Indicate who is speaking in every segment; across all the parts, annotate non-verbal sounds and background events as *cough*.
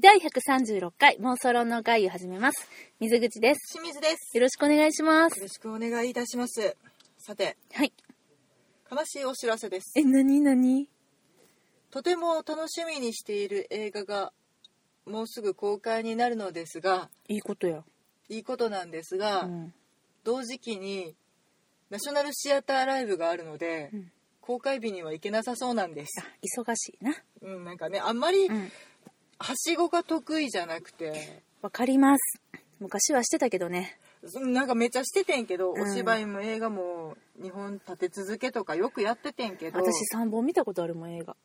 Speaker 1: 第136回妄想論の会を始めます。水口です。
Speaker 2: 清水です。
Speaker 1: よ
Speaker 2: よ
Speaker 1: ろしくお願いします。
Speaker 2: ろしくお願いいたします。さて、
Speaker 1: はい。
Speaker 2: 悲しいお知らせです。
Speaker 1: え、なになに
Speaker 2: とても楽しみにしている映画がもうすぐ公開になるのですが、
Speaker 1: いいことや。
Speaker 2: いいことなんですが、
Speaker 1: うん。
Speaker 2: 同時期にナショナルシアターライブがあるので、
Speaker 1: うん
Speaker 2: 公開日には行けなさそうなんです。
Speaker 1: あ、忙しいな。
Speaker 2: うん、なんかね、あんまり
Speaker 1: うん。
Speaker 2: はしごが得意じゃなくて、
Speaker 1: わかります。昔はしてたけどね。
Speaker 2: うんなんかめっちゃしててんけど、
Speaker 1: うん
Speaker 2: お芝居も映画も日本立て続けとかよくやっててんけど、
Speaker 1: 私3本見たことあるもん、映画。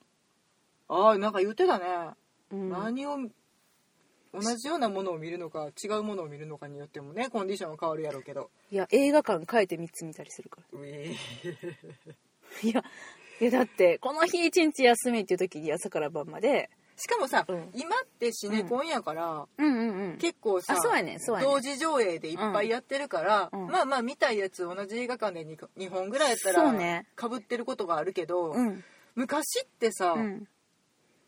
Speaker 2: ああ、なんか言ってたね。
Speaker 1: うん。
Speaker 2: 何を同じようなものを見るのか違うものを見るのかによってもねコンディションは変わるやろうけど
Speaker 1: いや、映画館変えて3つ見たりするから。
Speaker 2: うえ
Speaker 1: いや、いやだって、この日一日休みっていう時に朝から晩まで。
Speaker 2: しかもさ、
Speaker 1: うん
Speaker 2: 今ってシネコンやから、
Speaker 1: うんうんうん。
Speaker 2: 結構さ
Speaker 1: あそうやねそうやね
Speaker 2: 同時上映でいっぱいやってるから、
Speaker 1: うん
Speaker 2: まあまあ見たいやつ同じ映画館で 2, 本ぐらいやった
Speaker 1: そう
Speaker 2: ら
Speaker 1: ね
Speaker 2: かぶってることがあるけど、
Speaker 1: うん。
Speaker 2: 昔ってさ、
Speaker 1: うん。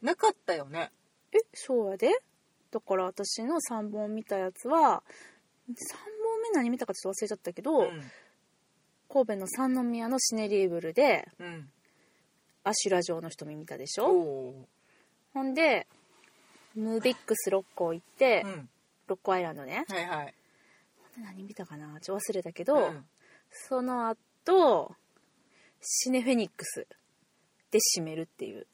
Speaker 2: なかったよね
Speaker 1: えそうやでだから私の3本見たやつは3本目何見たかちょっと忘れちゃったけど、神戸の三宮のシネリーブルで
Speaker 2: うん、うん
Speaker 1: アシュラ城の瞳見たでし
Speaker 2: お
Speaker 1: ょ
Speaker 2: お
Speaker 1: ほんでムービックス六甲行って、
Speaker 2: ー、う
Speaker 1: 六
Speaker 2: ん、
Speaker 1: 甲アイランドね
Speaker 2: はいはい
Speaker 1: 何見たかなちょっと忘れたけど、
Speaker 2: ん
Speaker 1: その後シネフェニックスで締めるっていう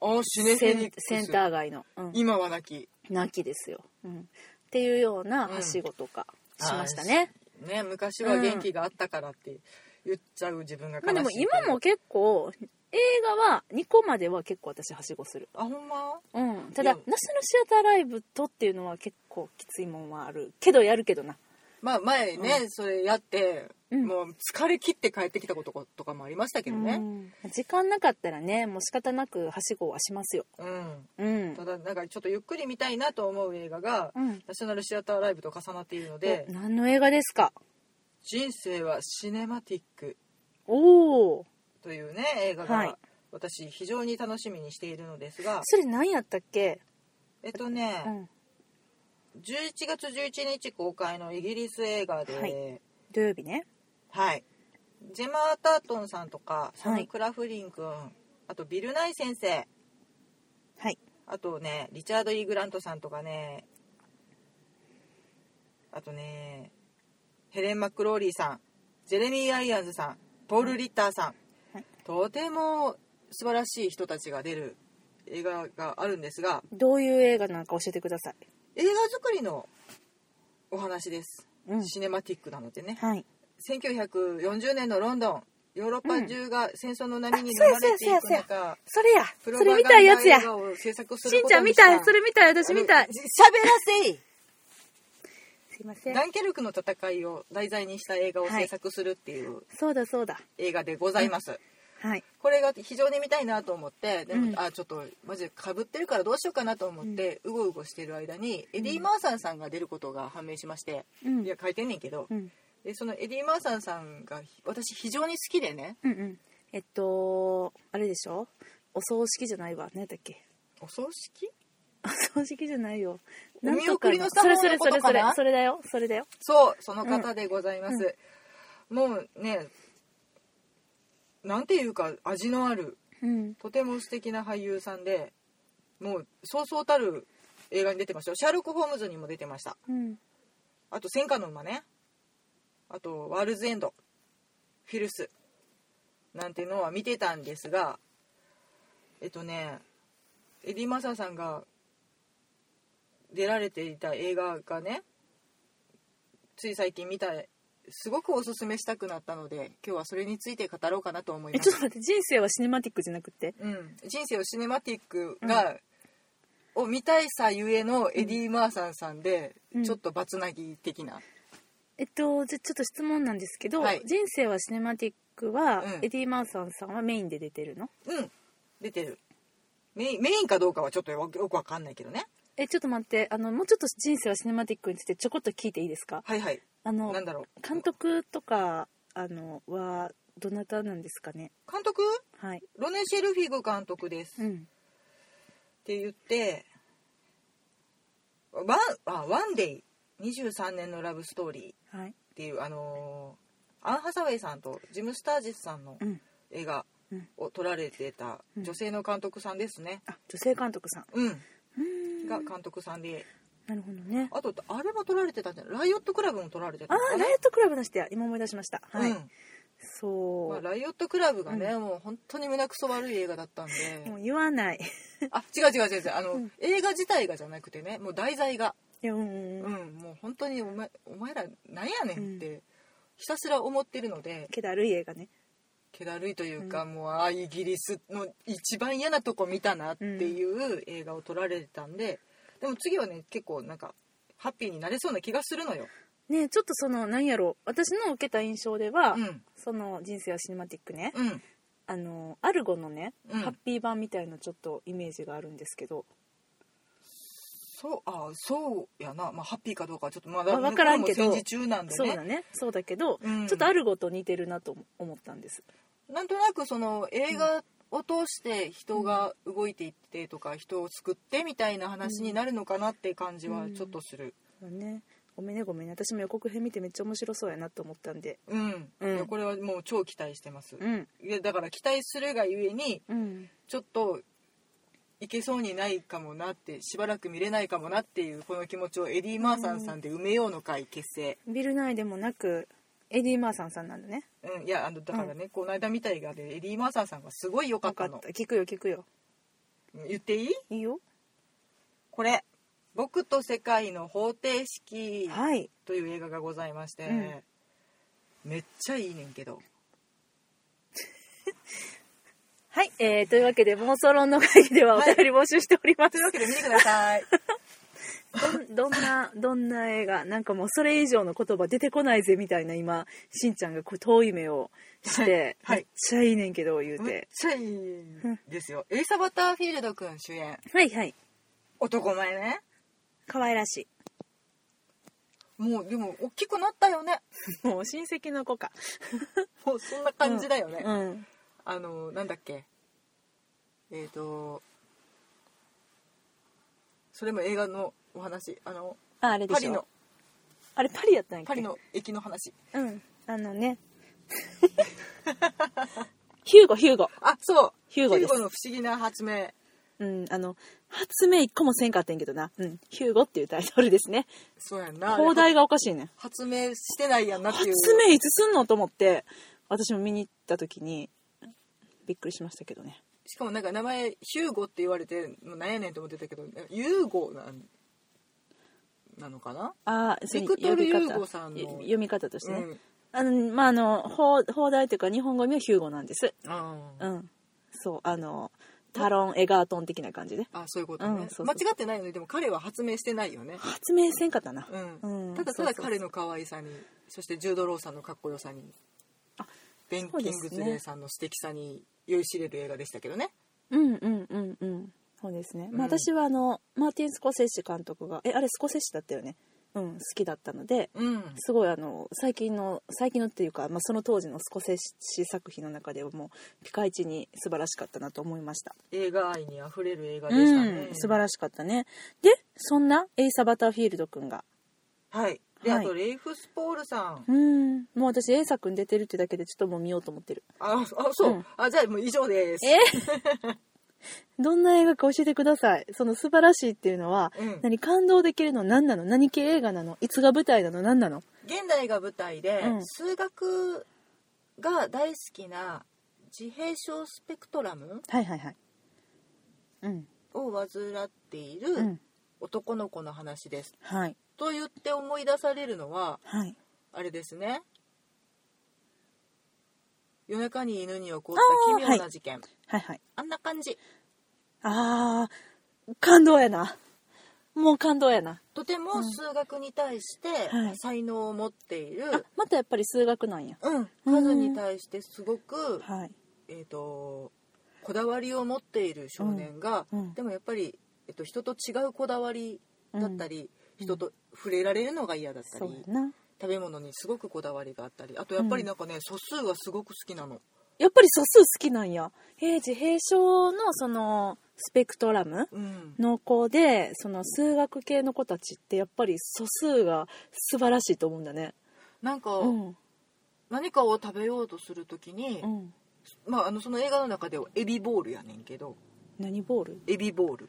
Speaker 2: あシネフェニックス
Speaker 1: センセンター街の、うん、
Speaker 2: 今はなき
Speaker 1: 泣きですよ、うん、っていうようなはしごとかしましたね、
Speaker 2: ね昔は元気があったからって言っちゃう自分が悲しい
Speaker 1: まあでも
Speaker 2: けど
Speaker 1: 今も結構映画は2個までは結構私はしごする、
Speaker 2: あほんま
Speaker 1: うん、た
Speaker 2: い
Speaker 1: だ
Speaker 2: や
Speaker 1: ナショナルシアターライブとっていうのは結構きついもんはあるけどやるけどな
Speaker 2: まあ前ね、それやって、
Speaker 1: うん
Speaker 2: もう疲れ切って帰ってきたこととかもありましたけど
Speaker 1: う
Speaker 2: ね
Speaker 1: ん時間なかったらねもう仕方なくはしごはしますよ
Speaker 2: うん、
Speaker 1: うん
Speaker 2: ただなんかちょっとゆっくり見たいなと思う映画が、
Speaker 1: うん
Speaker 2: ナショナルシアターライブと重なっているので
Speaker 1: お何の映画ですか
Speaker 2: 「人生はシネマティック
Speaker 1: おお」
Speaker 2: というね映画が、
Speaker 1: はい
Speaker 2: 私非常に楽しみにしているのですが
Speaker 1: それ何やったっけ、
Speaker 2: えっとね、
Speaker 1: うん、
Speaker 2: 11月11日公開のイギリス映画で、
Speaker 1: はい土曜日ね
Speaker 2: はい。ジェマー・タートンさんとか、サ
Speaker 1: はい
Speaker 2: ム・クラフリン君、あとビル・ナイ先生、
Speaker 1: はい
Speaker 2: あとね、リチャード・イーグラントさんとかね、あとね、ヘレン・マックローリーさん、ジェレミー・アイアンズさん、ポール・リッターさん、
Speaker 1: はい
Speaker 2: とても素晴らしい人たちが出る映画があるんですが、
Speaker 1: どういう映画なのか教えてください
Speaker 2: 映画作りのお話です。
Speaker 1: うん
Speaker 2: シネマティックなのでね。
Speaker 1: はい
Speaker 2: 1940年のロンドンヨーロッパ中が戦争の波に
Speaker 1: うん
Speaker 2: 飲まれてい
Speaker 1: あそうや
Speaker 2: く
Speaker 1: そうやそう
Speaker 2: 中
Speaker 1: それやそ
Speaker 2: プロ
Speaker 1: れ
Speaker 2: パ
Speaker 1: 見
Speaker 2: ガ
Speaker 1: たい
Speaker 2: ン
Speaker 1: やつ
Speaker 2: ダ
Speaker 1: や
Speaker 2: 映画を制作す
Speaker 1: し
Speaker 2: る
Speaker 1: ん
Speaker 2: こ
Speaker 1: ちゃ
Speaker 2: と
Speaker 1: ん
Speaker 2: に
Speaker 1: 見
Speaker 2: した
Speaker 1: たいそれ見たい私見たい
Speaker 2: あのじ喋らせい
Speaker 1: すいません
Speaker 2: ダンケルクの戦いを題材にした映画を制作するっていう
Speaker 1: そうだそうだ
Speaker 2: 映画でございます、
Speaker 1: はい
Speaker 2: これが非常に見たいなと思ってで
Speaker 1: う
Speaker 2: も、
Speaker 1: ん
Speaker 2: あちょっとマジでかぶってるからどうしようかなと思って、うごうごしてる間にエディ・マーサンさんが出ることが判明しまして、
Speaker 1: うん
Speaker 2: いや書いてんねんけど、
Speaker 1: うん
Speaker 2: でそのエディ・マーサンさんが私非常に好きでね
Speaker 1: うんうんえっとあれでしょお葬式じゃないわ何だっけ
Speaker 2: お葬式
Speaker 1: お葬式じゃないよ
Speaker 2: お見送りの
Speaker 1: それそ
Speaker 2: 作
Speaker 1: れ
Speaker 2: 法
Speaker 1: そ
Speaker 2: の
Speaker 1: れそ
Speaker 2: ことか
Speaker 1: れ
Speaker 2: な
Speaker 1: それだよそれだよ
Speaker 2: そう、その方でございます。もうね、なんていうか味のある、
Speaker 1: うん
Speaker 2: とても素敵な俳優さんで、もうそうそうたる映画に出てましたよ。シャーロック・ホームズにも出てました。
Speaker 1: うん
Speaker 2: あと、戦火の馬ね。あと、ワールズ・エンド。フィルス。なんてのは見てたんですが、えっとね、エディ・マサさんが出られていた映画がね、つい最近見た、すごくおすすめしたくなったので、今日はそれについて語ろうかなと思い
Speaker 1: え
Speaker 2: ま
Speaker 1: ちょっ
Speaker 2: す。
Speaker 1: と待って人生はシネマティックじゃなくて
Speaker 2: うん、人生をシネマティックが、を見たいさゆえのエディ・マーサンさんで、
Speaker 1: うん
Speaker 2: ちょっとバツナギ的な。
Speaker 1: えっとじゃちょっと質問なんですけど、
Speaker 2: はい
Speaker 1: 人生はシネマティックは、
Speaker 2: うん
Speaker 1: エディ・マーサンさんはメインで出てるの
Speaker 2: うん出てるメインメインかどうかはちょっとよよくわかんないけどね
Speaker 1: えちょっと待ってあのもうちょっと人生はシネマティックについてちょこっと聞いていいですか
Speaker 2: はいはい
Speaker 1: あの
Speaker 2: なんだろう
Speaker 1: 監督とかあのはどなたなんですかね
Speaker 2: 監督
Speaker 1: はい
Speaker 2: ロネ・シェルフィグ監督です、
Speaker 1: う
Speaker 2: っ
Speaker 1: ん
Speaker 2: て言ってワンあワンデイ23年のラブストーリーっ
Speaker 1: はい
Speaker 2: ていうあのーアン・ハサウェイさんとジム・スタージスさんの
Speaker 1: うん
Speaker 2: 映画
Speaker 1: うん
Speaker 2: を撮られてた
Speaker 1: うん
Speaker 2: 女性の監督さんですね
Speaker 1: あ女性監督さん
Speaker 2: うん
Speaker 1: うーん
Speaker 2: が監督さんで
Speaker 1: なるほどね
Speaker 2: あとあれも撮られてたんじゃないライオットクラブも撮られてた
Speaker 1: あ
Speaker 2: のか
Speaker 1: ー
Speaker 2: な
Speaker 1: ライオットクラブの人や今思い出しましたはい、
Speaker 2: うん
Speaker 1: そう、
Speaker 2: まあ、ライオットクラブがね、もう本当に胸くそ悪い映画だったんで
Speaker 1: もう言わ
Speaker 2: *laughs*
Speaker 1: ない
Speaker 2: あ違う違う違う違うあの、映画自体がじゃなくてねもう題材が、
Speaker 1: いやうんうん
Speaker 2: う
Speaker 1: うんん
Speaker 2: もう本当にお前お前らなんやねんって、ひたすら思ってるので
Speaker 1: けど悪い映画ね
Speaker 2: 気だるいというか、もうああイギリスの一番嫌なとこ見たなっていう映画を撮られてたんで、でも次はね結構なんかハッピーになれそうな気がするのよ。
Speaker 1: ねちょっとその何やろう私の受けた印象では、
Speaker 2: うん
Speaker 1: その「人生はシネマティックね」
Speaker 2: うん
Speaker 1: あのアルゴのね、
Speaker 2: うん
Speaker 1: ハッピー版みたいなちょっとイメージがあるんですけど
Speaker 2: そうあそうやな、まあ、ハッピーかどうかはちょっとま
Speaker 1: ま
Speaker 2: だ
Speaker 1: あわからんけど
Speaker 2: 向こうも戦時中なんで
Speaker 1: そう
Speaker 2: ね
Speaker 1: だねそうだけど、
Speaker 2: うん
Speaker 1: ちょっとアルゴと似てるなと思ったんです
Speaker 2: なんとなくその映画を通して人が動いていってとか人を救ってみたいな話になるのかなって感じはちょっとする。
Speaker 1: そうねごめんねごめんね私も予告編見てめっちゃ面白そうやなと思ったんで
Speaker 2: うん、
Speaker 1: うん
Speaker 2: いやこれはもう超期待してます。
Speaker 1: うん
Speaker 2: いやだから期待するがゆえに
Speaker 1: うん
Speaker 2: ちょっといけそうにないかもなってしばらく見れないかもなっていうこの気持ちをエディ・マーサンさんで埋めようの会結成、
Speaker 1: ビル・ナイでもなくエディ・マーサンさんなんだね
Speaker 2: うん、いやあのだからね、この間見た映画でエディ・マーサンさんがすごい良か
Speaker 1: 分か
Speaker 2: った
Speaker 1: っ
Speaker 2: の
Speaker 1: た聞くよ聞くよ
Speaker 2: うん言っていい
Speaker 1: いいよ
Speaker 2: これ「僕と世界の方程式」
Speaker 1: はい
Speaker 2: という映画がございまして、
Speaker 1: うん
Speaker 2: めっちゃいいねんけど
Speaker 1: はい、えー、というわけで妄想論の会議ではお便り募集しておりま
Speaker 2: と
Speaker 1: す
Speaker 2: いう、わけで見てくださ *laughs* い
Speaker 1: どんどんなどんな映画なんかもうそれ以上の言葉出てこないぜみたいな今しんちゃんがこう遠い目をして、
Speaker 2: はいはい
Speaker 1: めっちゃいいねんけど言う、
Speaker 2: めってちゃいいですよエイサ・バターフィールドくん主演
Speaker 1: はいはい
Speaker 2: 男前ね
Speaker 1: 可愛らし
Speaker 2: もうでも大きくなったよね
Speaker 1: いもう親戚の子か
Speaker 2: もうそんな感じだよね、
Speaker 1: うん
Speaker 2: あのなんだっけえっ、とそれも映画のお話あの
Speaker 1: ああれで
Speaker 2: パ
Speaker 1: し
Speaker 2: リ
Speaker 1: ょ
Speaker 2: の
Speaker 1: あれパリやったんやっけ
Speaker 2: パリの駅の話
Speaker 1: うんあのねヒューゴヒューゴ
Speaker 2: あそう
Speaker 1: ヒューゴです
Speaker 2: の不思議な発明
Speaker 1: うんあの発明一個もせんかったんやけどな、うん、ヒューゴっていうタイトルですね
Speaker 2: そうやんな
Speaker 1: 放題がおかしいね
Speaker 2: 発明してないやんなって
Speaker 1: 発
Speaker 2: いう
Speaker 1: 明いつすんのと思って私も見に行った時にびっくりしましたけどね
Speaker 2: しかもなんか名前ヒューゴって言われてもうなんやねんと思ってたけどユーゴなんなのかな、
Speaker 1: ああ
Speaker 2: ビクトルユーゴさんの
Speaker 1: 読み方としてね、
Speaker 2: うん
Speaker 1: あのまああの放放題というか日本語にはヒューゴなんです
Speaker 2: あー
Speaker 1: うんそうあのタロン・エガートン的な感じで
Speaker 2: あそういうことね、
Speaker 1: うんそうそう
Speaker 2: 間違ってないのにでも彼は発明してないよね、
Speaker 1: 発明せんかったな、
Speaker 2: うん
Speaker 1: うん
Speaker 2: ただただ
Speaker 1: そうそうそう
Speaker 2: 彼の可愛さにそしてジュード・ローさんのかっこよさに
Speaker 1: あ
Speaker 2: ベン・
Speaker 1: そう
Speaker 2: キ
Speaker 1: で
Speaker 2: ン
Speaker 1: すね
Speaker 2: グズレイさんの素敵さに酔いしれる映画でしたけどね
Speaker 1: うんうんうんうんそうですね、まあ、
Speaker 2: うん
Speaker 1: 私はあのマーティン・スコセッシ監督がえあれスコセッシだったよねうん好きだったので
Speaker 2: うん
Speaker 1: すごいあの最近の最近のっていうか、まあ、その当時のスコセッシ作品の中ではもうピカイチに素晴らしかったなと思いました
Speaker 2: 映画愛にあふれる映画でしたね、
Speaker 1: うん、素晴らしかったねでそんなエイサ・バターフィールドくんが
Speaker 2: はいで、
Speaker 1: はい
Speaker 2: あとレイフ・スポールさん
Speaker 1: うんもう私エイサくん出てるってだけでちょっともう見ようと思ってる
Speaker 2: ああそう、
Speaker 1: うん
Speaker 2: あじゃあもう以上です
Speaker 1: *laughs* どんな映画か教えてくださいその素晴らしいっていうのは、
Speaker 2: うん
Speaker 1: 何感動できるの何なの何系映画なのいつが舞台なの何なの
Speaker 2: 現代が舞台で、
Speaker 1: うん
Speaker 2: 数学が大好きな自閉症スペクトラム
Speaker 1: はいはいはいうん
Speaker 2: を患っていうる
Speaker 1: ん
Speaker 2: 男の子の話です、
Speaker 1: はい
Speaker 2: と言って思い出されるのは
Speaker 1: はい
Speaker 2: あれですね夜中に犬に起こった奇妙な事件あ,、
Speaker 1: はいはい
Speaker 2: んな感じ
Speaker 1: あー感動やなもう感動やな
Speaker 2: とても数学に対して
Speaker 1: はい
Speaker 2: 才能を持っている、
Speaker 1: あまたやっぱり数学なんや
Speaker 2: うん、
Speaker 1: うん
Speaker 2: 数に対してすごく、
Speaker 1: はい
Speaker 2: えー、とこだわりを持っている少年が、
Speaker 1: うんうん
Speaker 2: でもやっぱり、えっと人と違うこだわりだったり、人と触れられるのが嫌だった
Speaker 1: そ
Speaker 2: り、
Speaker 1: うやな
Speaker 2: 食べ物にすごくこだわりがあったりあとやっぱりなんかね、素数がすごく好きなの。
Speaker 1: やっぱり素数好きなんやへえ自閉症のそのスペクトラム
Speaker 2: うん
Speaker 1: の子でその数学系の子たちってやっぱり素数が素晴らしいと思うんだね。
Speaker 2: なんか、
Speaker 1: うん
Speaker 2: 何かを食べようとするときに、
Speaker 1: うん、
Speaker 2: まあ、あのその映画の中ではエビボールやねんけど
Speaker 1: 何ボール
Speaker 2: エビボール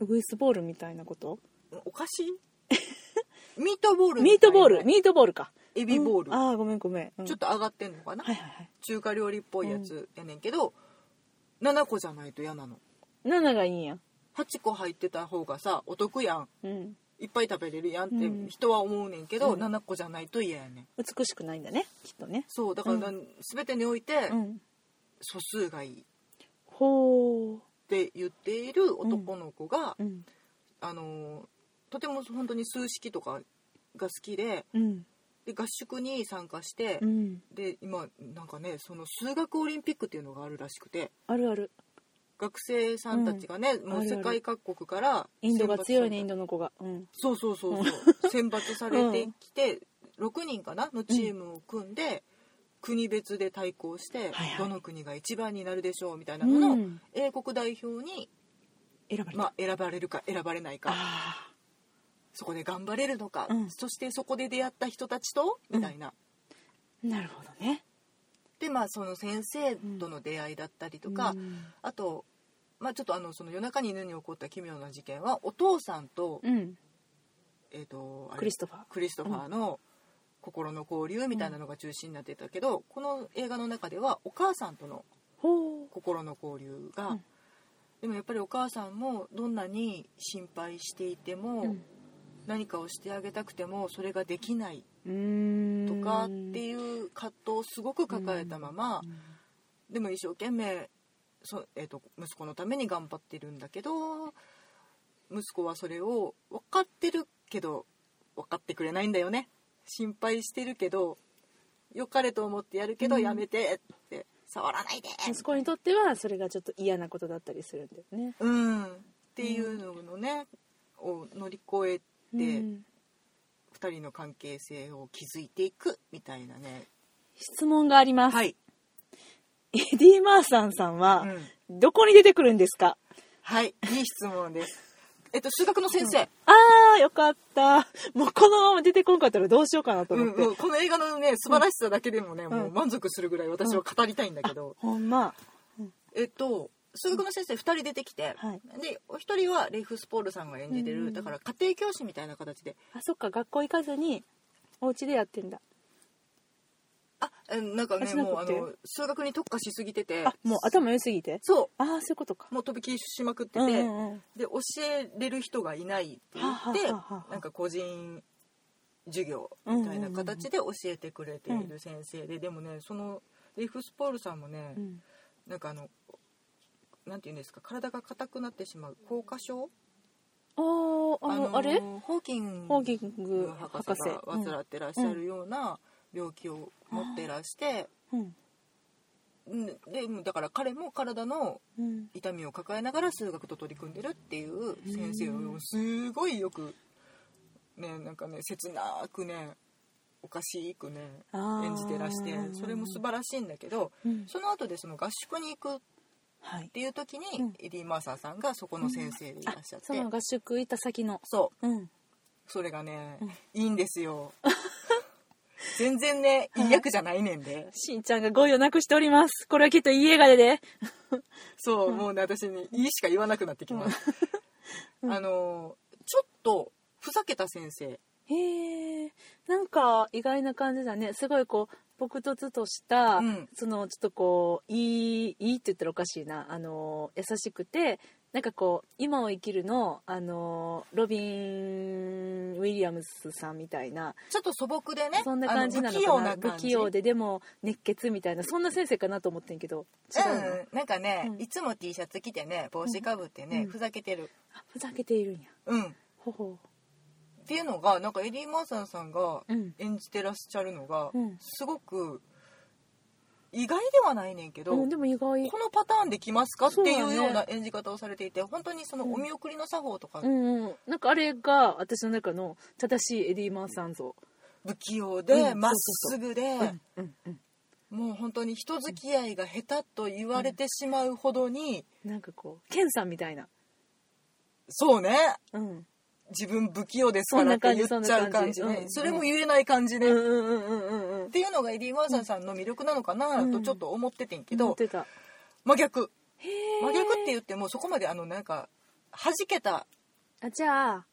Speaker 1: ウグイスボールみたいなこと
Speaker 2: おかし
Speaker 1: *laughs*
Speaker 2: いミートボール
Speaker 1: ミートボールミ
Speaker 2: み
Speaker 1: ートボールか。
Speaker 2: たいなエビボール、
Speaker 1: うんああごめんごめん。うん
Speaker 2: ちょっと上がってんのかな、
Speaker 1: はいはいはい。
Speaker 2: 中華料理っぽいやつやねんけど、7個じゃないと嫌なの
Speaker 1: 7がいいんや。
Speaker 2: 8個入ってた方がさお得やん
Speaker 1: うん、
Speaker 2: いっぱい食べれるやんって
Speaker 1: うん
Speaker 2: 人は思うねんけど、
Speaker 1: うん
Speaker 2: 7個じゃないと嫌やねん
Speaker 1: 美しくないんだねきっとね。
Speaker 2: そうだからなん、全てにおいて
Speaker 1: うん、
Speaker 2: 素数がいいっ
Speaker 1: ほう。
Speaker 2: て言っている男の子が、
Speaker 1: うん
Speaker 2: あのーとても本当に数式とかが好きで
Speaker 1: うん
Speaker 2: で合宿に参加して、
Speaker 1: うん、
Speaker 2: で今なんかねその数学オリンピックっていうのがあるらしくて
Speaker 1: あるある
Speaker 2: 学生さんたちがね、
Speaker 1: ある
Speaker 2: もう
Speaker 1: ある
Speaker 2: 世界各国から
Speaker 1: インドが強いねイ
Speaker 2: 選抜
Speaker 1: ン
Speaker 2: され
Speaker 1: ドの子が、うん、
Speaker 2: そうそうそうそう選抜されてき
Speaker 1: *laughs*
Speaker 2: て、6人かなのチームを組んで、国別で対抗して、
Speaker 1: はいはい
Speaker 2: どの国が一番になるでしょうみたいなのの、
Speaker 1: うん
Speaker 2: 英国代表に、
Speaker 1: 選ばれた、
Speaker 2: まあ、選ばれるか選ばれないか
Speaker 1: あ
Speaker 2: そこで頑張れるのか、
Speaker 1: うん
Speaker 2: そしてそこで出会った人たちとみたいな。
Speaker 1: ーなるほどね
Speaker 2: でまあその先生との出会いだったりとか、
Speaker 1: うん
Speaker 2: あと、まあ、ちょっとあのその夜中に犬に起こった奇妙な事件はお父さんと,、
Speaker 1: うん、
Speaker 2: えー、とあれ
Speaker 1: クリストファー
Speaker 2: クリストファーの心の交流みたいなのが中心になってたけど、この映画の中ではお母さんとの
Speaker 1: ほう
Speaker 2: 心の交流が、
Speaker 1: うん
Speaker 2: でもやっぱりお母さんもどんなに心配していても、
Speaker 1: うん
Speaker 2: 何かをしてあげたくてもそれができないと
Speaker 1: と
Speaker 2: かっていう葛藤をすごく抱えたまま、でも一生懸命そ、えー、と息子のために頑張ってるんだけど息子はそれを分かってるけど分かってくれないんだよね心配してるけど良かれと思ってやるけど
Speaker 1: うん
Speaker 2: やめてって触らないで
Speaker 1: 息子にとってはそれがちょっと嫌なことだったりするんだよね
Speaker 2: うんっていうののねを乗り越えて
Speaker 1: うん
Speaker 2: 2人の関係性を築いていくみたいなね
Speaker 1: 質問があります、
Speaker 2: はい、
Speaker 1: エディ・マーサンさん
Speaker 2: う
Speaker 1: は
Speaker 2: ん
Speaker 1: どこに出てくるんですか、
Speaker 2: はいいい質問ですえっと数学の先生、
Speaker 1: あーよかったもうこのまま出てこんかったらどうしようかなと
Speaker 2: う
Speaker 1: 思
Speaker 2: ん
Speaker 1: って、
Speaker 2: うんこの映画のね素晴らしさだけでもね、
Speaker 1: ん
Speaker 2: もう満足するぐらい私は語りたいんだけど、
Speaker 1: ほんま
Speaker 2: えっと数学の先生2人出てきて、
Speaker 1: はい
Speaker 2: でお一人はレイフ・スポールさんが演じてる、
Speaker 1: うん
Speaker 2: だから家庭教師みたいな形で
Speaker 1: あそっか学校行かずにお家でやってんだ
Speaker 2: あえなんか
Speaker 1: あ
Speaker 2: ね
Speaker 1: しなく
Speaker 2: も
Speaker 1: て
Speaker 2: うあの数学に特化しすぎてて
Speaker 1: あもう頭良すぎて
Speaker 2: そ
Speaker 1: ああそういうことか
Speaker 2: うもう飛び切りしまくってて、
Speaker 1: うんうんうん
Speaker 2: で教えれる人がいないって言って
Speaker 1: はあはあはあはあ
Speaker 2: なんか個人授業みたいな形で教えてくれている先生で、でもねそのレイフ・スポールさんもね、
Speaker 1: うん
Speaker 2: なんかあのなんていうんですか体が硬くなってしまう硬化症
Speaker 1: あーあの、あれ
Speaker 2: ホーキン
Speaker 1: ホーキング
Speaker 2: 博
Speaker 1: 博士
Speaker 2: 士が患ってらっしゃるような病気を持ってらして、
Speaker 1: うん
Speaker 2: うん、でもだから彼も体の
Speaker 1: うん
Speaker 2: 痛みを抱えながら数学と取り組んでるっていう先生をすごいよくねなんかね切なくねおかしくね
Speaker 1: あー
Speaker 2: 演じてらしてそれも素晴らしいんだけど
Speaker 1: うん
Speaker 2: その後でその合宿に行く
Speaker 1: はい
Speaker 2: っていう時に、
Speaker 1: うん
Speaker 2: エディ・マーサーさんがそこの先生でいらっしゃって、
Speaker 1: その合宿行った先の
Speaker 2: そう
Speaker 1: うん
Speaker 2: それがね、
Speaker 1: うん
Speaker 2: いいんです
Speaker 1: *laughs*
Speaker 2: よ全然ねいい役じゃないねんで、
Speaker 1: しんちゃんが語彙をなくしておりますこれはきっといい映画でね
Speaker 2: そう、もうね私ねいいしか言わなくなってきます、あのちょっとふざけた先生
Speaker 1: へえなんか意外な感じだねすごいこう朴突とした、
Speaker 2: うん
Speaker 1: そのちょっとこういいいいって言ったらおかしいなあの優しくてなんかこう今を生きるのあのロビン・ウィリアムスさんみたいな
Speaker 2: ちょっと素朴でね
Speaker 1: そんな感じなの
Speaker 2: あ
Speaker 1: か
Speaker 2: の
Speaker 1: な
Speaker 2: 不器用な感
Speaker 1: 不
Speaker 2: じ
Speaker 1: 器用ででも熱血みたいなそんな先生かなと思ってんけど違うの、
Speaker 2: うん、なんかね、
Speaker 1: うん
Speaker 2: いつも T シャツ着てね帽子かぶってね、
Speaker 1: うん
Speaker 2: ふざけてる
Speaker 1: あふざけているんや
Speaker 2: うんっ
Speaker 1: ほほ
Speaker 2: ていうのがなんかエディ・マーサーさんが
Speaker 1: ううん
Speaker 2: 演じてらっしゃるのが、
Speaker 1: うん
Speaker 2: すごく意外ではないねんけど、
Speaker 1: うんでも意外
Speaker 2: このパターンできますかって
Speaker 1: そう
Speaker 2: い
Speaker 1: や
Speaker 2: う
Speaker 1: ね
Speaker 2: ような演じ方をされていて本当にその
Speaker 1: うん
Speaker 2: お見送りの作法とか、
Speaker 1: うんうんなんかあれが私の中の正しいエディ・マーサン像
Speaker 2: 不器用で
Speaker 1: うん
Speaker 2: ま、っすぐで、
Speaker 1: うんうんうん
Speaker 2: もう本当に人付き合いが下手と言われてしまうほどに、
Speaker 1: なんかこうケンさんみたいな
Speaker 2: そうね
Speaker 1: うん
Speaker 2: 自分不器用ですからって言っ
Speaker 1: そん
Speaker 2: ち
Speaker 1: な
Speaker 2: ゃう
Speaker 1: 感
Speaker 2: 感
Speaker 1: じ
Speaker 2: じ
Speaker 1: そんな感じ
Speaker 2: ね
Speaker 1: うん
Speaker 2: それも言えない感じね、
Speaker 1: うん
Speaker 2: っ
Speaker 1: うんうんうんうん
Speaker 2: ていうのがエディ・マーサンさんの魅力なのかなとちょっと思っててんけど、
Speaker 1: 思ってた
Speaker 2: 真逆
Speaker 1: へ
Speaker 2: 真逆って
Speaker 1: う
Speaker 2: 言ってもそこまであのなんか弾けた
Speaker 1: あじゃあ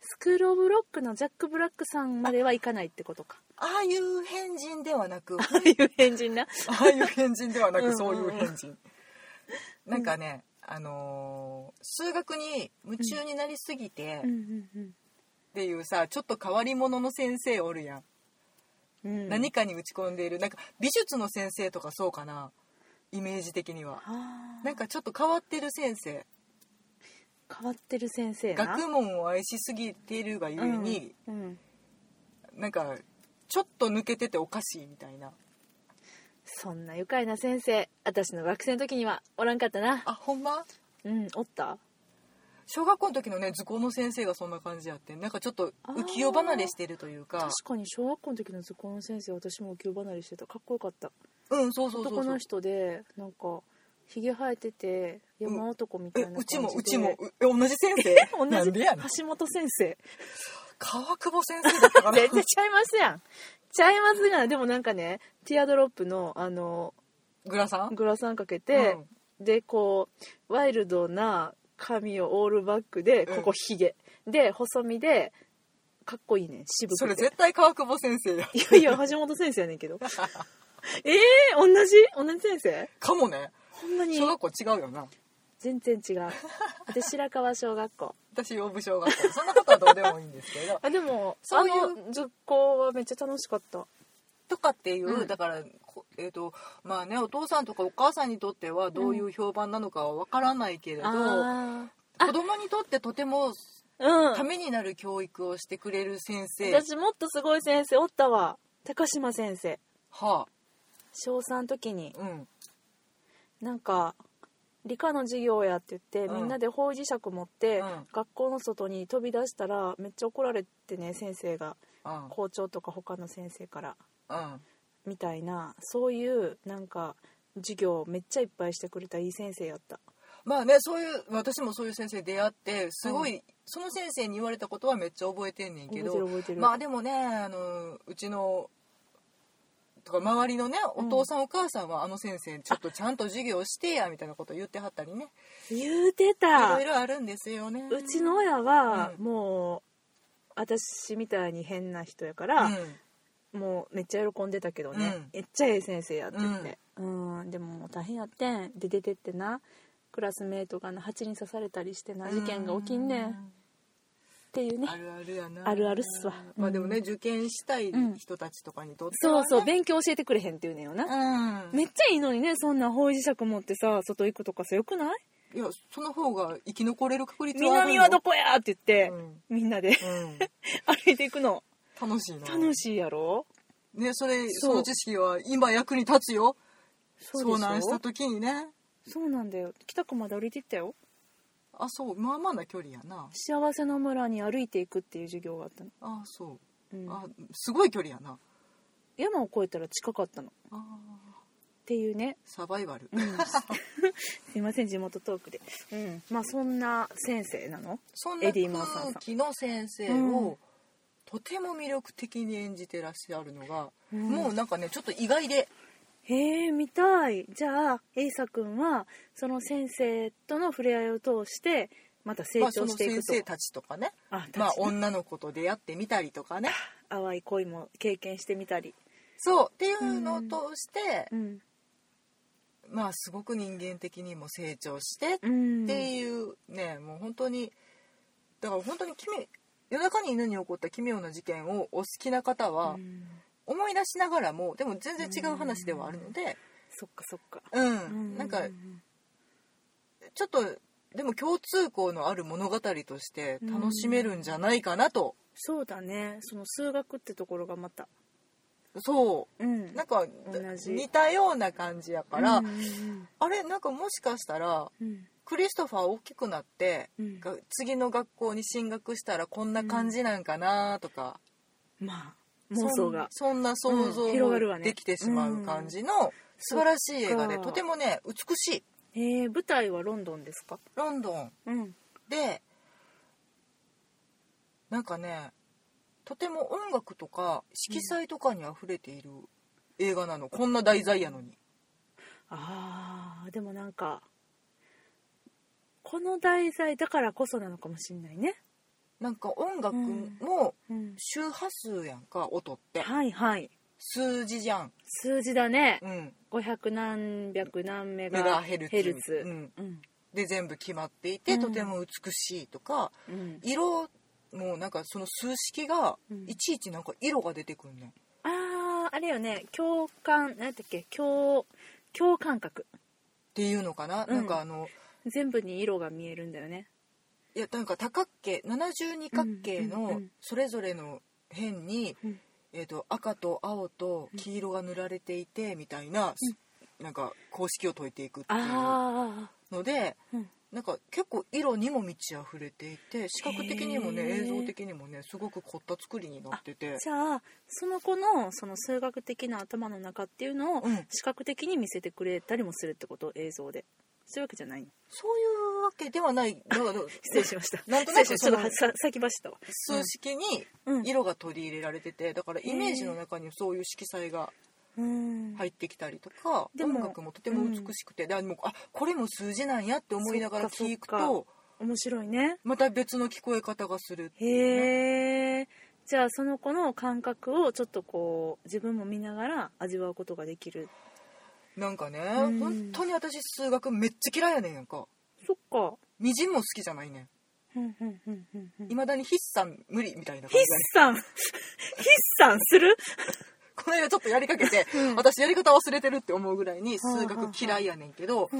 Speaker 1: スクール・オブ・ロックのジャック・ブラックさんまではいかないってことか
Speaker 2: ああいう変人ではなく
Speaker 1: ああ *laughs* いう変人な
Speaker 2: ああいう変人ではな
Speaker 1: うんうんう
Speaker 2: く
Speaker 1: ん
Speaker 2: そういう変人なんかねあのー数学に夢中になりすぎて
Speaker 1: うんうん
Speaker 2: っていうさちょっと変わり者の先生おるやん、
Speaker 1: うんうん
Speaker 2: 何かに打ち込んでいるなんか美術の先生とかそうかなイメージ的には
Speaker 1: あー
Speaker 2: なんかちょっと変わってる先生
Speaker 1: 変わってる先生な
Speaker 2: 学問を愛しすぎているがゆえに、
Speaker 1: うんうん
Speaker 2: なんかちょっと抜けてておかしいみたいな
Speaker 1: そんな愉快な先生私の学生の時にはおらんかったな
Speaker 2: あほんま
Speaker 1: うんおった
Speaker 2: 小学校の時のね図工の先生がそんな感じやってなんかちょっと浮世離れしてるというか
Speaker 1: 確かに小学校の時の図工の先生私も浮世離れしてたかっこよかった
Speaker 2: うんそうそうそう
Speaker 1: 男
Speaker 2: そ
Speaker 1: の
Speaker 2: う
Speaker 1: 人でなんかひげ生えてて
Speaker 2: うん
Speaker 1: 山男みたい
Speaker 2: え
Speaker 1: な感じで、
Speaker 2: うちもうちもうえ *laughs* 同じ先生
Speaker 1: 同じ
Speaker 2: なんでやねん
Speaker 1: 橋本先生
Speaker 2: 川久保先生だったかな
Speaker 1: 全然ちゃいますやんちゃいますがでもなんかねティアドロップのあの
Speaker 2: グラさん
Speaker 1: グラサンかけて
Speaker 2: う、ん
Speaker 1: でこうワイルドな髪をオールバックで
Speaker 2: うん
Speaker 1: ここひげ、で細身でかっこいいね渋
Speaker 2: それ
Speaker 1: くて
Speaker 2: 絶対川久保先生や
Speaker 1: いやいや橋本先生やねんけ *laughs* どええー、同じ同じ先生
Speaker 2: かもね
Speaker 1: ほんまに
Speaker 2: 小学校違うよな
Speaker 1: 全然違うで白川小学校
Speaker 2: 私呼ぶ小学校そんなことはどうでもいいんですけど
Speaker 1: あでも
Speaker 2: そういう
Speaker 1: あの塾校はめっちゃ楽しかった
Speaker 2: *laughs* とかっていう、
Speaker 1: うん
Speaker 2: だからこえっ、とまあねお父さんとかお母さんにとってはどういう評判なのかはわからないけれど、
Speaker 1: あ
Speaker 2: 子供にとってとても
Speaker 1: うん
Speaker 2: ためになる教育をしてくれる先生、は
Speaker 1: 私もっとすごい先生おったわ高島先生
Speaker 2: あ
Speaker 1: 小3の時に
Speaker 2: うん
Speaker 1: なんか理科の授業やって言って、
Speaker 2: うん
Speaker 1: みんなで方位磁石持って、
Speaker 2: うん
Speaker 1: 学校の外に飛び出したらめっちゃ怒られてね先生が
Speaker 2: うん
Speaker 1: 校長とか他の先生から
Speaker 2: うん
Speaker 1: みたいなそういうなんか授業をめっちゃいっぱいしてくれたいい先生やった
Speaker 2: まあねそういう私もそういう先生出会ってすごい、その先生に言われたことはめっちゃ覚えてんねん
Speaker 1: 覚え
Speaker 2: け
Speaker 1: てる
Speaker 2: ど
Speaker 1: 覚えてる、
Speaker 2: まあでもねあのうちのとか周りのねお父さんお母さんはあの先生ちょっとちゃんと授業してやみたいなこと言ってはったりね
Speaker 1: 言うて
Speaker 2: い
Speaker 1: た
Speaker 2: ろいろあるんですよね
Speaker 1: うちの親は
Speaker 2: うん
Speaker 1: もう私みたいに変な人やか
Speaker 2: う
Speaker 1: ら、
Speaker 2: ん
Speaker 1: もうめっちゃ喜んでたけどね、
Speaker 2: うん
Speaker 1: めっちゃええ先生やってってうんでももう大変やってんで出てってなクラスメートがな蜂に刺されたりしてな事件が起きんねんっていうね
Speaker 2: あるあるやな
Speaker 1: あるあるっすわ
Speaker 2: まあでもね受験したい人たちとかにとっては、ね
Speaker 1: そうそう勉強教えてくれへんっていうねんよな、
Speaker 2: うん
Speaker 1: めっちゃいいのにねそんな方位磁石持ってさ外行くとかさよくない
Speaker 2: いやその方が生き残れる確率はある
Speaker 1: 南はどこやって言って、
Speaker 2: うん
Speaker 1: みんなで
Speaker 2: うん
Speaker 1: 歩いていくの
Speaker 2: *laughs* 楽しいな
Speaker 1: 楽しいやろ
Speaker 2: ねそれ
Speaker 1: そう
Speaker 2: その知識は今役に立つよ
Speaker 1: そう
Speaker 2: 遭
Speaker 1: でし
Speaker 2: 難した
Speaker 1: ょ
Speaker 2: 時にね
Speaker 1: そうなんだよ北区まで歩いていったよ
Speaker 2: あそうまあまあな距離やな
Speaker 1: 幸せの村に歩いていくっていう授業があったの、
Speaker 2: あそう
Speaker 1: うん、
Speaker 2: あすごい距離やな
Speaker 1: 山を越えたら近かったのっ
Speaker 2: あー
Speaker 1: ていうね、
Speaker 2: サバイバル
Speaker 1: うんすいません地元トークで、うん、まあそんな先生なの
Speaker 2: *laughs* そんな
Speaker 1: エディマーサーさん
Speaker 2: 空気の先生
Speaker 1: う
Speaker 2: をとても魅力的に演じてらっしゃるのが
Speaker 1: うん
Speaker 2: もうなんかねちょっと意外で
Speaker 1: へえ見たいじゃあエイサ君はその先生との触れ合いを通してまた成
Speaker 2: まあそ
Speaker 1: 長
Speaker 2: の
Speaker 1: してい
Speaker 2: 先
Speaker 1: くと
Speaker 2: 生、たちとかね
Speaker 1: あ確かに
Speaker 2: まあ女の子と出会ってみたりとかね
Speaker 1: 淡い恋も経験してみたり、
Speaker 2: そうっていうのを通して
Speaker 1: うん
Speaker 2: まあすごく人間的にも成長して
Speaker 1: うん、
Speaker 2: っていうねもう本当にだから本当に君夜中に犬に起こった奇妙な事件をお好きな方は
Speaker 1: うん
Speaker 2: 思い出しながらもでも全然違う話ではあるので
Speaker 1: そっかそっか、
Speaker 2: うん、
Speaker 1: うん
Speaker 2: なんか
Speaker 1: う
Speaker 2: ちょっとでも共通項のある物語として楽しめるんじゃないかなと、
Speaker 1: そうだねその数学ってところがまた
Speaker 2: そ
Speaker 1: うん
Speaker 2: うなんか
Speaker 1: 同じ
Speaker 2: 似たような感じやから、
Speaker 1: うんうん
Speaker 2: あれなんかもしかしたら
Speaker 1: うん
Speaker 2: クリストファー大きくなって、
Speaker 1: うん
Speaker 2: が次の学校に進学したらこんな感じなんかなとか、
Speaker 1: まあ妄想が
Speaker 2: そんそんな想像
Speaker 1: うん広がるわ
Speaker 2: も
Speaker 1: ね
Speaker 2: できてしまう感じの素晴らしい映画で
Speaker 1: そっか
Speaker 2: とてもね美しい
Speaker 1: えー、舞台はロンドンですか
Speaker 2: ロンドン
Speaker 1: うん
Speaker 2: でなんかねとても音楽とか色彩とかにあふれている映画なのこんな題材やのに
Speaker 1: あーでもなんかこの題材だからこそなのかもしんないね、
Speaker 2: なんか音楽
Speaker 1: うん
Speaker 2: も
Speaker 1: うん、
Speaker 2: 周波数やんか音って
Speaker 1: はいはい
Speaker 2: 数字じゃん、
Speaker 1: 数字だね
Speaker 2: うん、
Speaker 1: 500何百何メ
Speaker 2: メガ
Speaker 1: ガ
Speaker 2: ヘルツ
Speaker 1: ヘルツ
Speaker 2: うん、
Speaker 1: うん
Speaker 2: で全部決まっていて、
Speaker 1: うん
Speaker 2: とても美しいとか
Speaker 1: うん
Speaker 2: 色もなんかその数式が
Speaker 1: うん
Speaker 2: いちいちなんか色が出てくるね、
Speaker 1: あーあれよね共感何だっけ共共感覚
Speaker 2: っていうのかな、
Speaker 1: うん
Speaker 2: なんかあの
Speaker 1: 全部に色が見えるんだよね
Speaker 2: いやなんか多角形72角形
Speaker 1: うんうんう
Speaker 2: の
Speaker 1: ん
Speaker 2: それぞれの辺に、
Speaker 1: うん
Speaker 2: えー、と赤と青と黄色が塗られていてみたいな、なんか公式を解いていくっていう
Speaker 1: あ
Speaker 2: ので
Speaker 1: あ、うん
Speaker 2: なんか結構色にも満ち溢れていて視覚的にもね
Speaker 1: へー
Speaker 2: 映像的にもねすごく凝った作りになってて
Speaker 1: じゃあその子のその数学的な頭の中っていうのを
Speaker 2: うん
Speaker 1: 視覚的に見せてくれたりもするってこと映像でそういうわけじゃないの
Speaker 2: そういうわけでは
Speaker 1: *laughs*
Speaker 2: ないだから
Speaker 1: 失礼しました
Speaker 2: なんとなく
Speaker 1: 失礼し
Speaker 2: その
Speaker 1: ましたちょっとはさ先走ったわ
Speaker 2: 数式に
Speaker 1: うん
Speaker 2: 色が取り入れられててだからイメージの中にそういう色彩が
Speaker 1: うん
Speaker 2: 入ってきたりとか
Speaker 1: でも
Speaker 2: 音楽もとても美しくて、であでもあこれも数字なんやって思いなが
Speaker 1: そ
Speaker 2: ら
Speaker 1: っか
Speaker 2: 聞く
Speaker 1: そっ
Speaker 2: と
Speaker 1: 面白いね
Speaker 2: また別の聞こえ方がするっていう
Speaker 1: へ
Speaker 2: ね
Speaker 1: えじゃあその子の感覚をちょっとこう自分も見ながら味わうことができる
Speaker 2: なんかね、
Speaker 1: ん
Speaker 2: 本当に私数学めっちゃ嫌いやねんやんか
Speaker 1: そっか
Speaker 2: みじんも好きじゃないねん
Speaker 1: うんうんうんうんうん
Speaker 2: いまだに筆算無理みたいな感
Speaker 1: 筆
Speaker 2: じだね
Speaker 1: 算
Speaker 2: *laughs*
Speaker 1: 筆算する
Speaker 2: この間ちょっとやりかけて、
Speaker 1: うん
Speaker 2: 私やり方忘れてるって思うぐらいに数学嫌いやねんけど、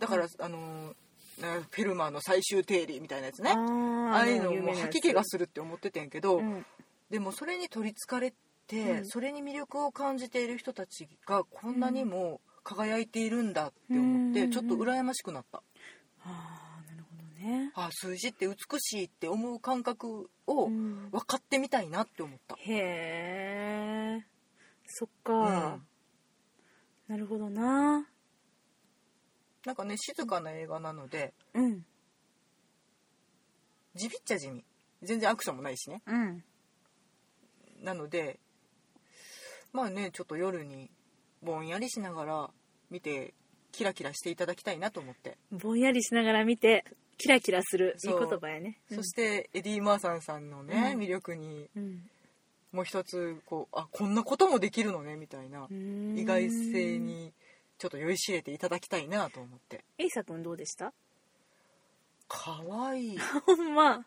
Speaker 2: だからあのーなんかフェルマーの最終定理みたいなやつねあ
Speaker 1: あ
Speaker 2: あいうのも
Speaker 1: う
Speaker 2: 吐き気がするって思っててんけど、
Speaker 1: うん
Speaker 2: でもそれに取りつかれて、
Speaker 1: うん
Speaker 2: それに魅力を感じている人たちがこんなにも輝いているんだって思って、
Speaker 1: うん
Speaker 2: ちょっと羨ましくなった、
Speaker 1: あーなるほどね
Speaker 2: あ数字って美しいって思う感覚を
Speaker 1: うん
Speaker 2: 分かってみたいなって思った、
Speaker 1: へえそっ
Speaker 2: うん
Speaker 1: か、なるほどな
Speaker 2: なんかね静かな映画なので
Speaker 1: うん
Speaker 2: 地味っちゃ地味全然アクションもないしね
Speaker 1: うん
Speaker 2: なのでまあねちょっと夜にぼんやりしながら見てキラキラしていただきたいなと思って、
Speaker 1: ぼんやりしながら見てキラキラするいい
Speaker 2: そう
Speaker 1: 言葉やね
Speaker 2: そしてエディ・マーサンさんのね、
Speaker 1: うん
Speaker 2: 魅力に
Speaker 1: うん
Speaker 2: もう一つこうあこんなこともできるのねみたいな
Speaker 1: うん
Speaker 2: 意外性にちょっと酔いしれていただきたいなと思って
Speaker 1: エイサ君どうでした *laughs*
Speaker 2: かわいい
Speaker 1: ほんま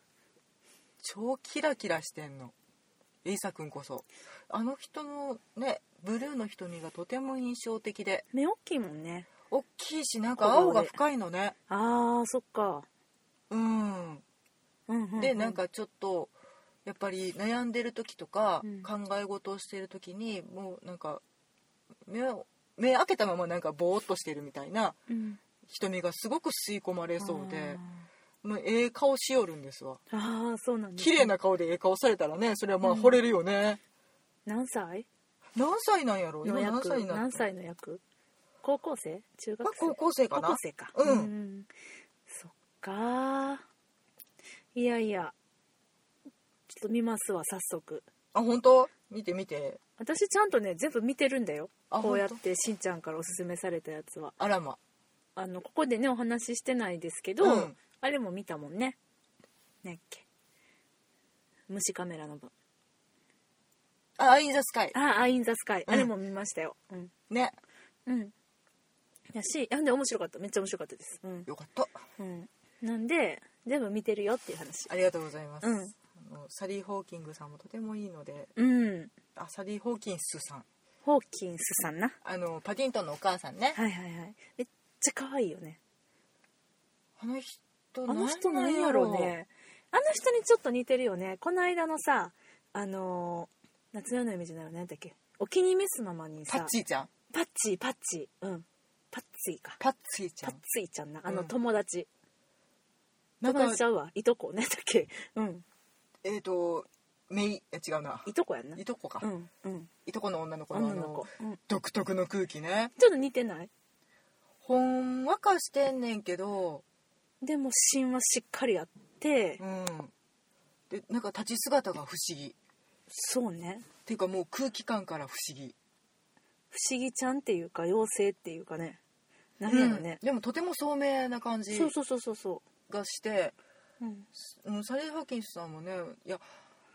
Speaker 2: *laughs* 超キラキラしてんのエイサくんこそあの人のねブルーの瞳がとても印象的で
Speaker 1: 目大きいもんね
Speaker 2: 大きいしなんか青が深いのね
Speaker 1: あーそっか、
Speaker 2: うん
Speaker 1: うんうんうん
Speaker 2: でなんかちょっとやっぱり悩んでる時とか、
Speaker 1: うん
Speaker 2: 考え事をしてる時にもうなんか目を目開けたままなんかぼーっとしてるみたいな
Speaker 1: うん
Speaker 2: 瞳がすごく吸い込まれそうでもうええ顔しよるんですわ
Speaker 1: あーあーそうなんです
Speaker 2: 綺
Speaker 1: ね
Speaker 2: 麗な顔でええ顔されたらねそれはまあ
Speaker 1: うん
Speaker 2: 惚れるよね、
Speaker 1: 何歳
Speaker 2: 何歳なんやろ今
Speaker 1: の
Speaker 2: 何
Speaker 1: 役
Speaker 2: 歳にな
Speaker 1: 何
Speaker 2: った
Speaker 1: 歳の役高校生中
Speaker 2: まあ
Speaker 1: 学生
Speaker 2: 高校生か
Speaker 1: 高
Speaker 2: な
Speaker 1: 校生か
Speaker 2: うん
Speaker 1: そっかいやいやちょっと見ますわ早速
Speaker 2: あ本当見て見て
Speaker 1: 私ちゃんとね全部見てるんだよ
Speaker 2: あ
Speaker 1: こうやっ
Speaker 2: 本
Speaker 1: てしんちゃんからおすすめされたやつは
Speaker 2: あらま
Speaker 1: あのここでねお話ししてないですけど、
Speaker 2: うん
Speaker 1: あれも見たもんね何やっけ虫カメラの分
Speaker 2: あいいですかい
Speaker 1: ああインザスカイ、
Speaker 2: うん
Speaker 1: あれも見ましたようん
Speaker 2: ね
Speaker 1: うんやしやんで面白かっためっちゃ面白かったですうん
Speaker 2: よかった
Speaker 1: うん、なんで全部見てるよっていう話
Speaker 2: ありがとうございます、
Speaker 1: うん
Speaker 2: あのサリー・ホーキングさんもとてもいいので
Speaker 1: うん
Speaker 2: あサリー・ホーキンスさん
Speaker 1: ホーキンスさんな
Speaker 2: あのパディントンのお母さんね
Speaker 1: はいはいはいめっちゃ可愛いよね
Speaker 2: あの人
Speaker 1: あの人なんやろうねあの人にちょっと似てるよねこの間のさあのー夏夜の夢じゃないわ何だっけお気に召すままに
Speaker 2: パ
Speaker 1: さ
Speaker 2: ッチーちゃん
Speaker 1: パッチーパッチーうんパッツィか
Speaker 2: パッチーちゃ
Speaker 1: パッ
Speaker 2: ん
Speaker 1: ツィちゃんなあの
Speaker 2: うん
Speaker 1: 友達、
Speaker 2: なん
Speaker 1: 友
Speaker 2: か
Speaker 1: 達ちゃうわいとこ何だっけうん
Speaker 2: えっ、とめいいや違うない
Speaker 1: とこやんない
Speaker 2: とこか、
Speaker 1: うんうん
Speaker 2: いとこの女の子のあ
Speaker 1: 女
Speaker 2: の
Speaker 1: の子、うん、
Speaker 2: 独特の空気ね
Speaker 1: ちょっと似てない
Speaker 2: ほんわかしてんねんけど
Speaker 1: でも芯はしっかりあって、
Speaker 2: うんでなんか立ち姿が不思議っ
Speaker 1: そうね
Speaker 2: ていうかもう空気感から不思議
Speaker 1: 不思議ちゃんっていうか妖精っていうかね何やろね
Speaker 2: う、んでもとても聡明な感じ
Speaker 1: そうそうそうそうそ
Speaker 2: がして
Speaker 1: う、うん、
Speaker 2: うん、サリー・ハーキンスさんもねいや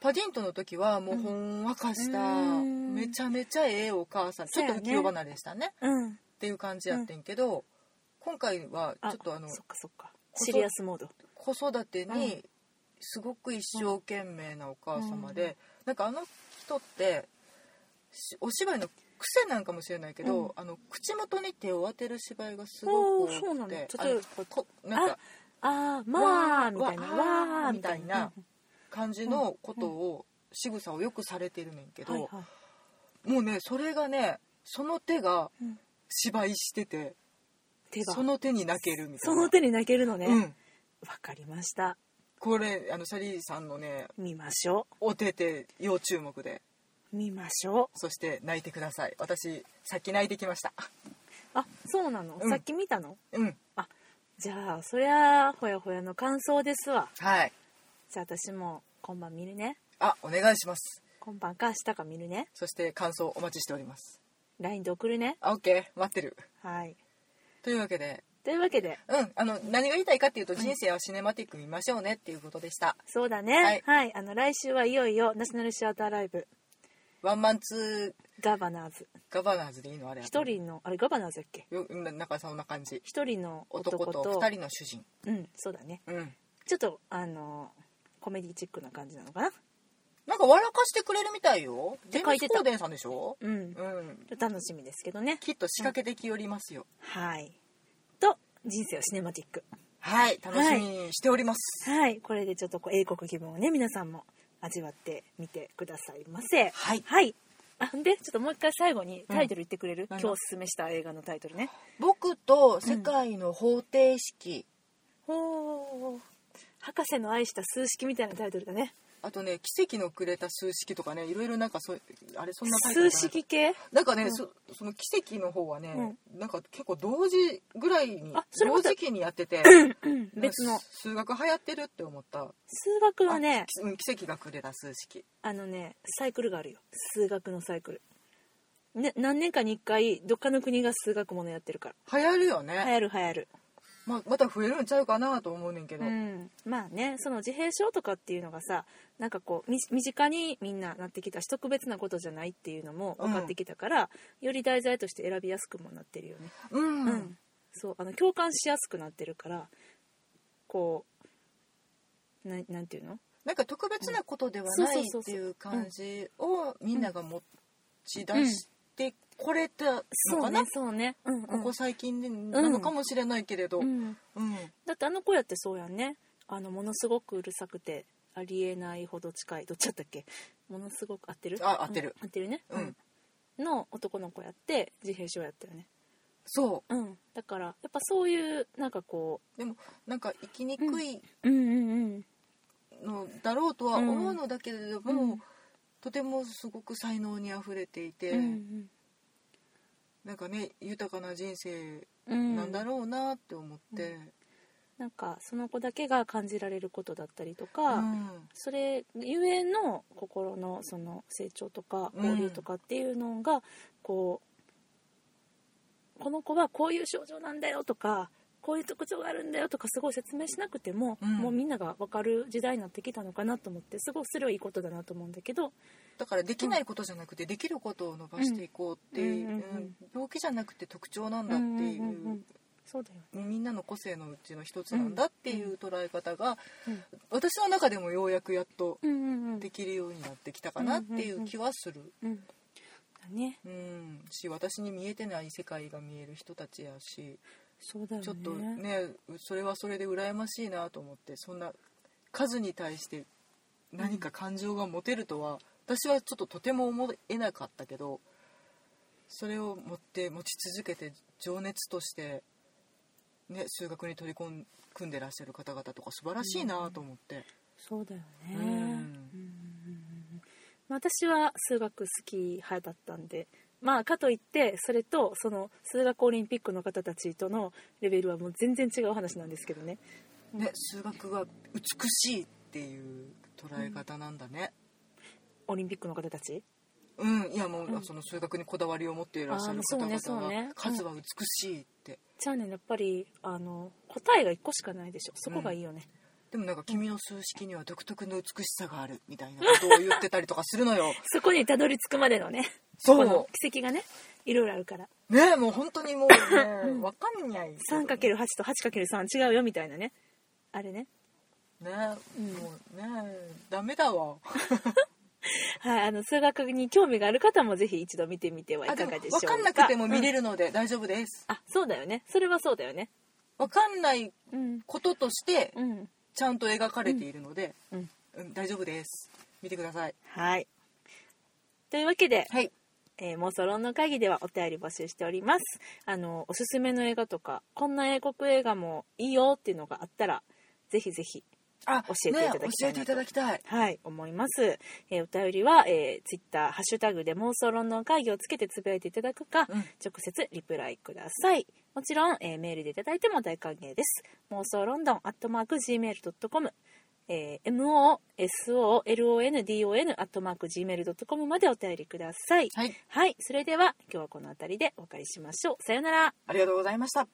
Speaker 2: パディントンの時はもうほんわかした、
Speaker 1: うん
Speaker 2: めちゃめちゃええお母さんちょっと浮世離れしたね
Speaker 1: うん
Speaker 2: っていう感じやってんけど、今回はちょ
Speaker 1: あ
Speaker 2: っとあの
Speaker 1: そっかそっか
Speaker 2: こそ
Speaker 1: シリアスモード
Speaker 2: 子育て
Speaker 1: う
Speaker 2: にすごく一生懸命なお母様で、なんかあの人ってしお芝居の癖なんかもしれないけ
Speaker 1: う
Speaker 2: ど、
Speaker 1: ん
Speaker 2: あの口元に手を当てる芝居がす
Speaker 1: お
Speaker 2: ご
Speaker 1: お
Speaker 2: く
Speaker 1: ー
Speaker 2: 多
Speaker 1: そうなの
Speaker 2: く
Speaker 1: 例え
Speaker 2: て
Speaker 1: ば
Speaker 2: あのこなんか
Speaker 1: あーまあ
Speaker 2: わー
Speaker 1: みたいな
Speaker 2: わー
Speaker 1: わーみたい
Speaker 2: みたい
Speaker 1: な
Speaker 2: な感じのことを、仕草をよくされてるねんけ
Speaker 1: うん
Speaker 2: ど、
Speaker 1: はいはい
Speaker 2: もうねそれがねその手が
Speaker 1: うん
Speaker 2: 芝居してて、
Speaker 1: 手が
Speaker 2: その手に泣けるみたい
Speaker 1: そ
Speaker 2: な。
Speaker 1: の手に泣けるのねわ、
Speaker 2: うん
Speaker 1: かりました
Speaker 2: これあのシャリーさんのね
Speaker 1: 見ましょ
Speaker 2: お手手要注目で
Speaker 1: う見ましょ
Speaker 2: そして泣いてください私さっき泣いてきました
Speaker 1: うあそうなの、
Speaker 2: うん
Speaker 1: さっき見たの
Speaker 2: うん
Speaker 1: あじゃあそりゃあほやほやの感想ですわ
Speaker 2: はい
Speaker 1: じゃあ私も今晩見るね
Speaker 2: あお願いします
Speaker 1: 今晩か明日か見るね
Speaker 2: そして感想お待ちしております
Speaker 1: LINE で送るね
Speaker 2: あ OK 待ってる
Speaker 1: はい
Speaker 2: というわけで
Speaker 1: というわけで
Speaker 2: うんあの何が言いたいかっていうと人生はシネマティック見ましょうねっていうことでした
Speaker 1: そうだねは
Speaker 2: はいい、
Speaker 1: あの来週はいよいよナショナルシアターライブ
Speaker 2: ワンマンツー
Speaker 1: ガバナーズ
Speaker 2: ガバナーズでいいのあれ
Speaker 1: 一人のあれガバナーズだっけ
Speaker 2: よななんかそんな感じ
Speaker 1: 一人の男
Speaker 2: 男
Speaker 1: と
Speaker 2: と二人の主人
Speaker 1: うんそうだね
Speaker 2: うん
Speaker 1: ちょっとあのコメディチックな感じなのかな
Speaker 2: なんか笑かしてくれるみたいよジェー
Speaker 1: 書
Speaker 2: ム
Speaker 1: いて
Speaker 2: ス・
Speaker 1: た
Speaker 2: コーデンさんでしょ
Speaker 1: うんちょ
Speaker 2: うん
Speaker 1: っと楽しみですけどね
Speaker 2: きっと仕掛けてきよりますよ、
Speaker 1: はいと人生をシネマティック
Speaker 2: はい楽しみにしております
Speaker 1: はいこれでちょっとこう英国気分をね皆さんも味わってみてくださいませ
Speaker 2: はい
Speaker 1: はいあんでちょっともう一回最後にタイトル言ってくれる、
Speaker 2: うん
Speaker 1: 今日おすすめした映画のタイトルね
Speaker 2: 僕と世界の方程式、
Speaker 1: ほう博士の愛した数式みたいなタイトルだね
Speaker 2: あとね奇跡のくれた数式とかねいろいろなんかそうあれそんなタイトル
Speaker 1: 数
Speaker 2: じゃない
Speaker 1: 式系
Speaker 2: なんかね、
Speaker 1: うん
Speaker 2: そその奇跡の方はね、なんか結構同時ぐらいに
Speaker 1: あそれま
Speaker 2: 同
Speaker 1: た
Speaker 2: 時期にやってて
Speaker 1: 別の
Speaker 2: なんか数学流行ってるって思った
Speaker 1: 数学はね
Speaker 2: あきうん奇跡がくれた数式
Speaker 1: あのねサイクルがあるよ数学のサイクル、ね、何年かに1回どっかの国が数学ものやってるか
Speaker 2: 流行るよね、
Speaker 1: ら流行る流行る
Speaker 2: ままた増えるんちゃうかなと思うねんけど、
Speaker 1: うんまあねその自閉症とかっていうのがさなんかこうみ身近にみんななってきたし特別なことじゃないっていうのも分かってきたから、より題材として選びやすくもなってるよね
Speaker 2: うん
Speaker 1: うん、そうあの共感しやすくなってるからこうななんていうの
Speaker 2: なんか特別なことでは
Speaker 1: うん
Speaker 2: ない
Speaker 1: そうそう
Speaker 2: っ
Speaker 1: そ
Speaker 2: て
Speaker 1: うそう
Speaker 2: いう感じをみんなが持ち出してこれたの
Speaker 1: そ
Speaker 2: か
Speaker 1: う
Speaker 2: な、
Speaker 1: ねそうね、うんうん、
Speaker 2: ここ最近でなのかもしれないけれど、
Speaker 1: うん
Speaker 2: うん
Speaker 1: だってあの子やってそうやんねあのものすごくうるさくてありえないほど近いどっちだったっけものすごく合ってる
Speaker 2: あ合ってる
Speaker 1: うん合ってるね
Speaker 2: うん、
Speaker 1: の男の子やって自閉症やったよね
Speaker 2: そ
Speaker 1: うんだからやっぱそういうなんかこ
Speaker 2: うでもなんか生きにくいう
Speaker 1: うんうんうん
Speaker 2: のだろうとは思うのだけれども、
Speaker 1: うん
Speaker 2: とてもすごく才能にあふれていて、
Speaker 1: うん
Speaker 2: なんかね豊かな人生
Speaker 1: うん
Speaker 2: なんだろうなって思って、
Speaker 1: なんかその子だけが感じられることだったりと
Speaker 2: う
Speaker 1: か、
Speaker 2: ん
Speaker 1: それゆえの心のその成長とか
Speaker 2: うん
Speaker 1: 交流とかっていうのがこう、この子はこういう症状なんだよとかこういう特徴があるんだよとかすごい説明しなくても、
Speaker 2: うん
Speaker 1: もうみんなが分かる時代になってきたのかなと思ってすごいそれはいいことだなと思うんだけど
Speaker 2: だからできないことじゃなくてできることを伸ばしていこうっていう、
Speaker 1: うんうんうん
Speaker 2: うん病気じゃなくて特徴なんだっていう,、
Speaker 1: うんうんうんそうだよ、
Speaker 2: みんなの個性のうちの一つなんだっていう捉え方が、
Speaker 1: うん
Speaker 2: 私の中でもようやくやっと
Speaker 1: うんうんうん
Speaker 2: できるようになってきたかなっていう気はする、
Speaker 1: うん、だね
Speaker 2: うん、し私に見えてない世界が見える人たちやし
Speaker 1: そうだよね
Speaker 2: ちょっとねそれはそれで羨ましいなと思ってそんな数に対して何か感情が持てるとは、私はちょっととても思えなかったけどそれを持って持ち続けて情熱として、ね、数学に取り込ん組んでらっしゃる方々とか素晴らしいなと思って、
Speaker 1: そうだよね、
Speaker 2: うん
Speaker 1: うんうんうんうんまあ私は数学好き派だったんでまあかといってそれとその数学オリンピックの方たちとのレベルはもう全然違う話なんですけどね
Speaker 2: ね数学は美しいっていう捉え方なんだね
Speaker 1: オリンピックの方たち
Speaker 2: うん、いやもう、
Speaker 1: うん
Speaker 2: その数学にこだわりを持っていらっしゃる
Speaker 1: あーそう
Speaker 2: 方々
Speaker 1: ね
Speaker 2: は、
Speaker 1: そうねうん
Speaker 2: 数は美しいって、
Speaker 1: じゃあねやっぱりあの答えが1個しかないでしょそこがいいよね、
Speaker 2: でもなんか君の数式には独特の美しさがあるみたいなことを言ってたりとかする
Speaker 1: *laughs*
Speaker 2: のよ
Speaker 1: そこにたどり着くまでのね
Speaker 2: そ
Speaker 1: こ
Speaker 2: う
Speaker 1: の奇跡がねいろいろあるから
Speaker 2: ねもう本当にもうねわかんない
Speaker 1: 3×8 と 8×3 違うよみたいなねあれね
Speaker 2: ね
Speaker 1: うん
Speaker 2: もうねダメだわ
Speaker 1: はいあの数学に興味がある方もぜひ一度見てみてはいか
Speaker 2: あでも
Speaker 1: がでしょ
Speaker 2: わ
Speaker 1: うか
Speaker 2: かんなくても見れ
Speaker 1: る、
Speaker 2: るので大丈夫です
Speaker 1: うんあそうだよねそれはそうだよね
Speaker 2: わかんない
Speaker 1: うん
Speaker 2: こととして
Speaker 1: うん
Speaker 2: ちゃんと描かれているので、
Speaker 1: うん
Speaker 2: うん大丈夫です見てください
Speaker 1: はいというわけで、
Speaker 2: はい
Speaker 1: えー、妄想論の会議ではお便り募集しておりますあのおすすめの映画とかこんな英国映画もいいよっていうのがあったらぜひぜひ
Speaker 2: あ
Speaker 1: 教えていただきたいなと
Speaker 2: ね教えていただきたい
Speaker 1: はい、思います。えーお便りは、えー、ツイッター、ハッシュタグで妄想論の会議をつけてつぶやいていただくか、
Speaker 2: うん
Speaker 1: 直接リプライください。もちろん、えーメールでいただいても大歓迎です。妄想ロンドン、アットマーク、gmail.com、えー、mosolondon、アットマーク、gmail.com までお便りください。
Speaker 2: はい
Speaker 1: はい、それでは今日はこの辺りでお別れしましょう。さようなら。
Speaker 2: ありがとうございました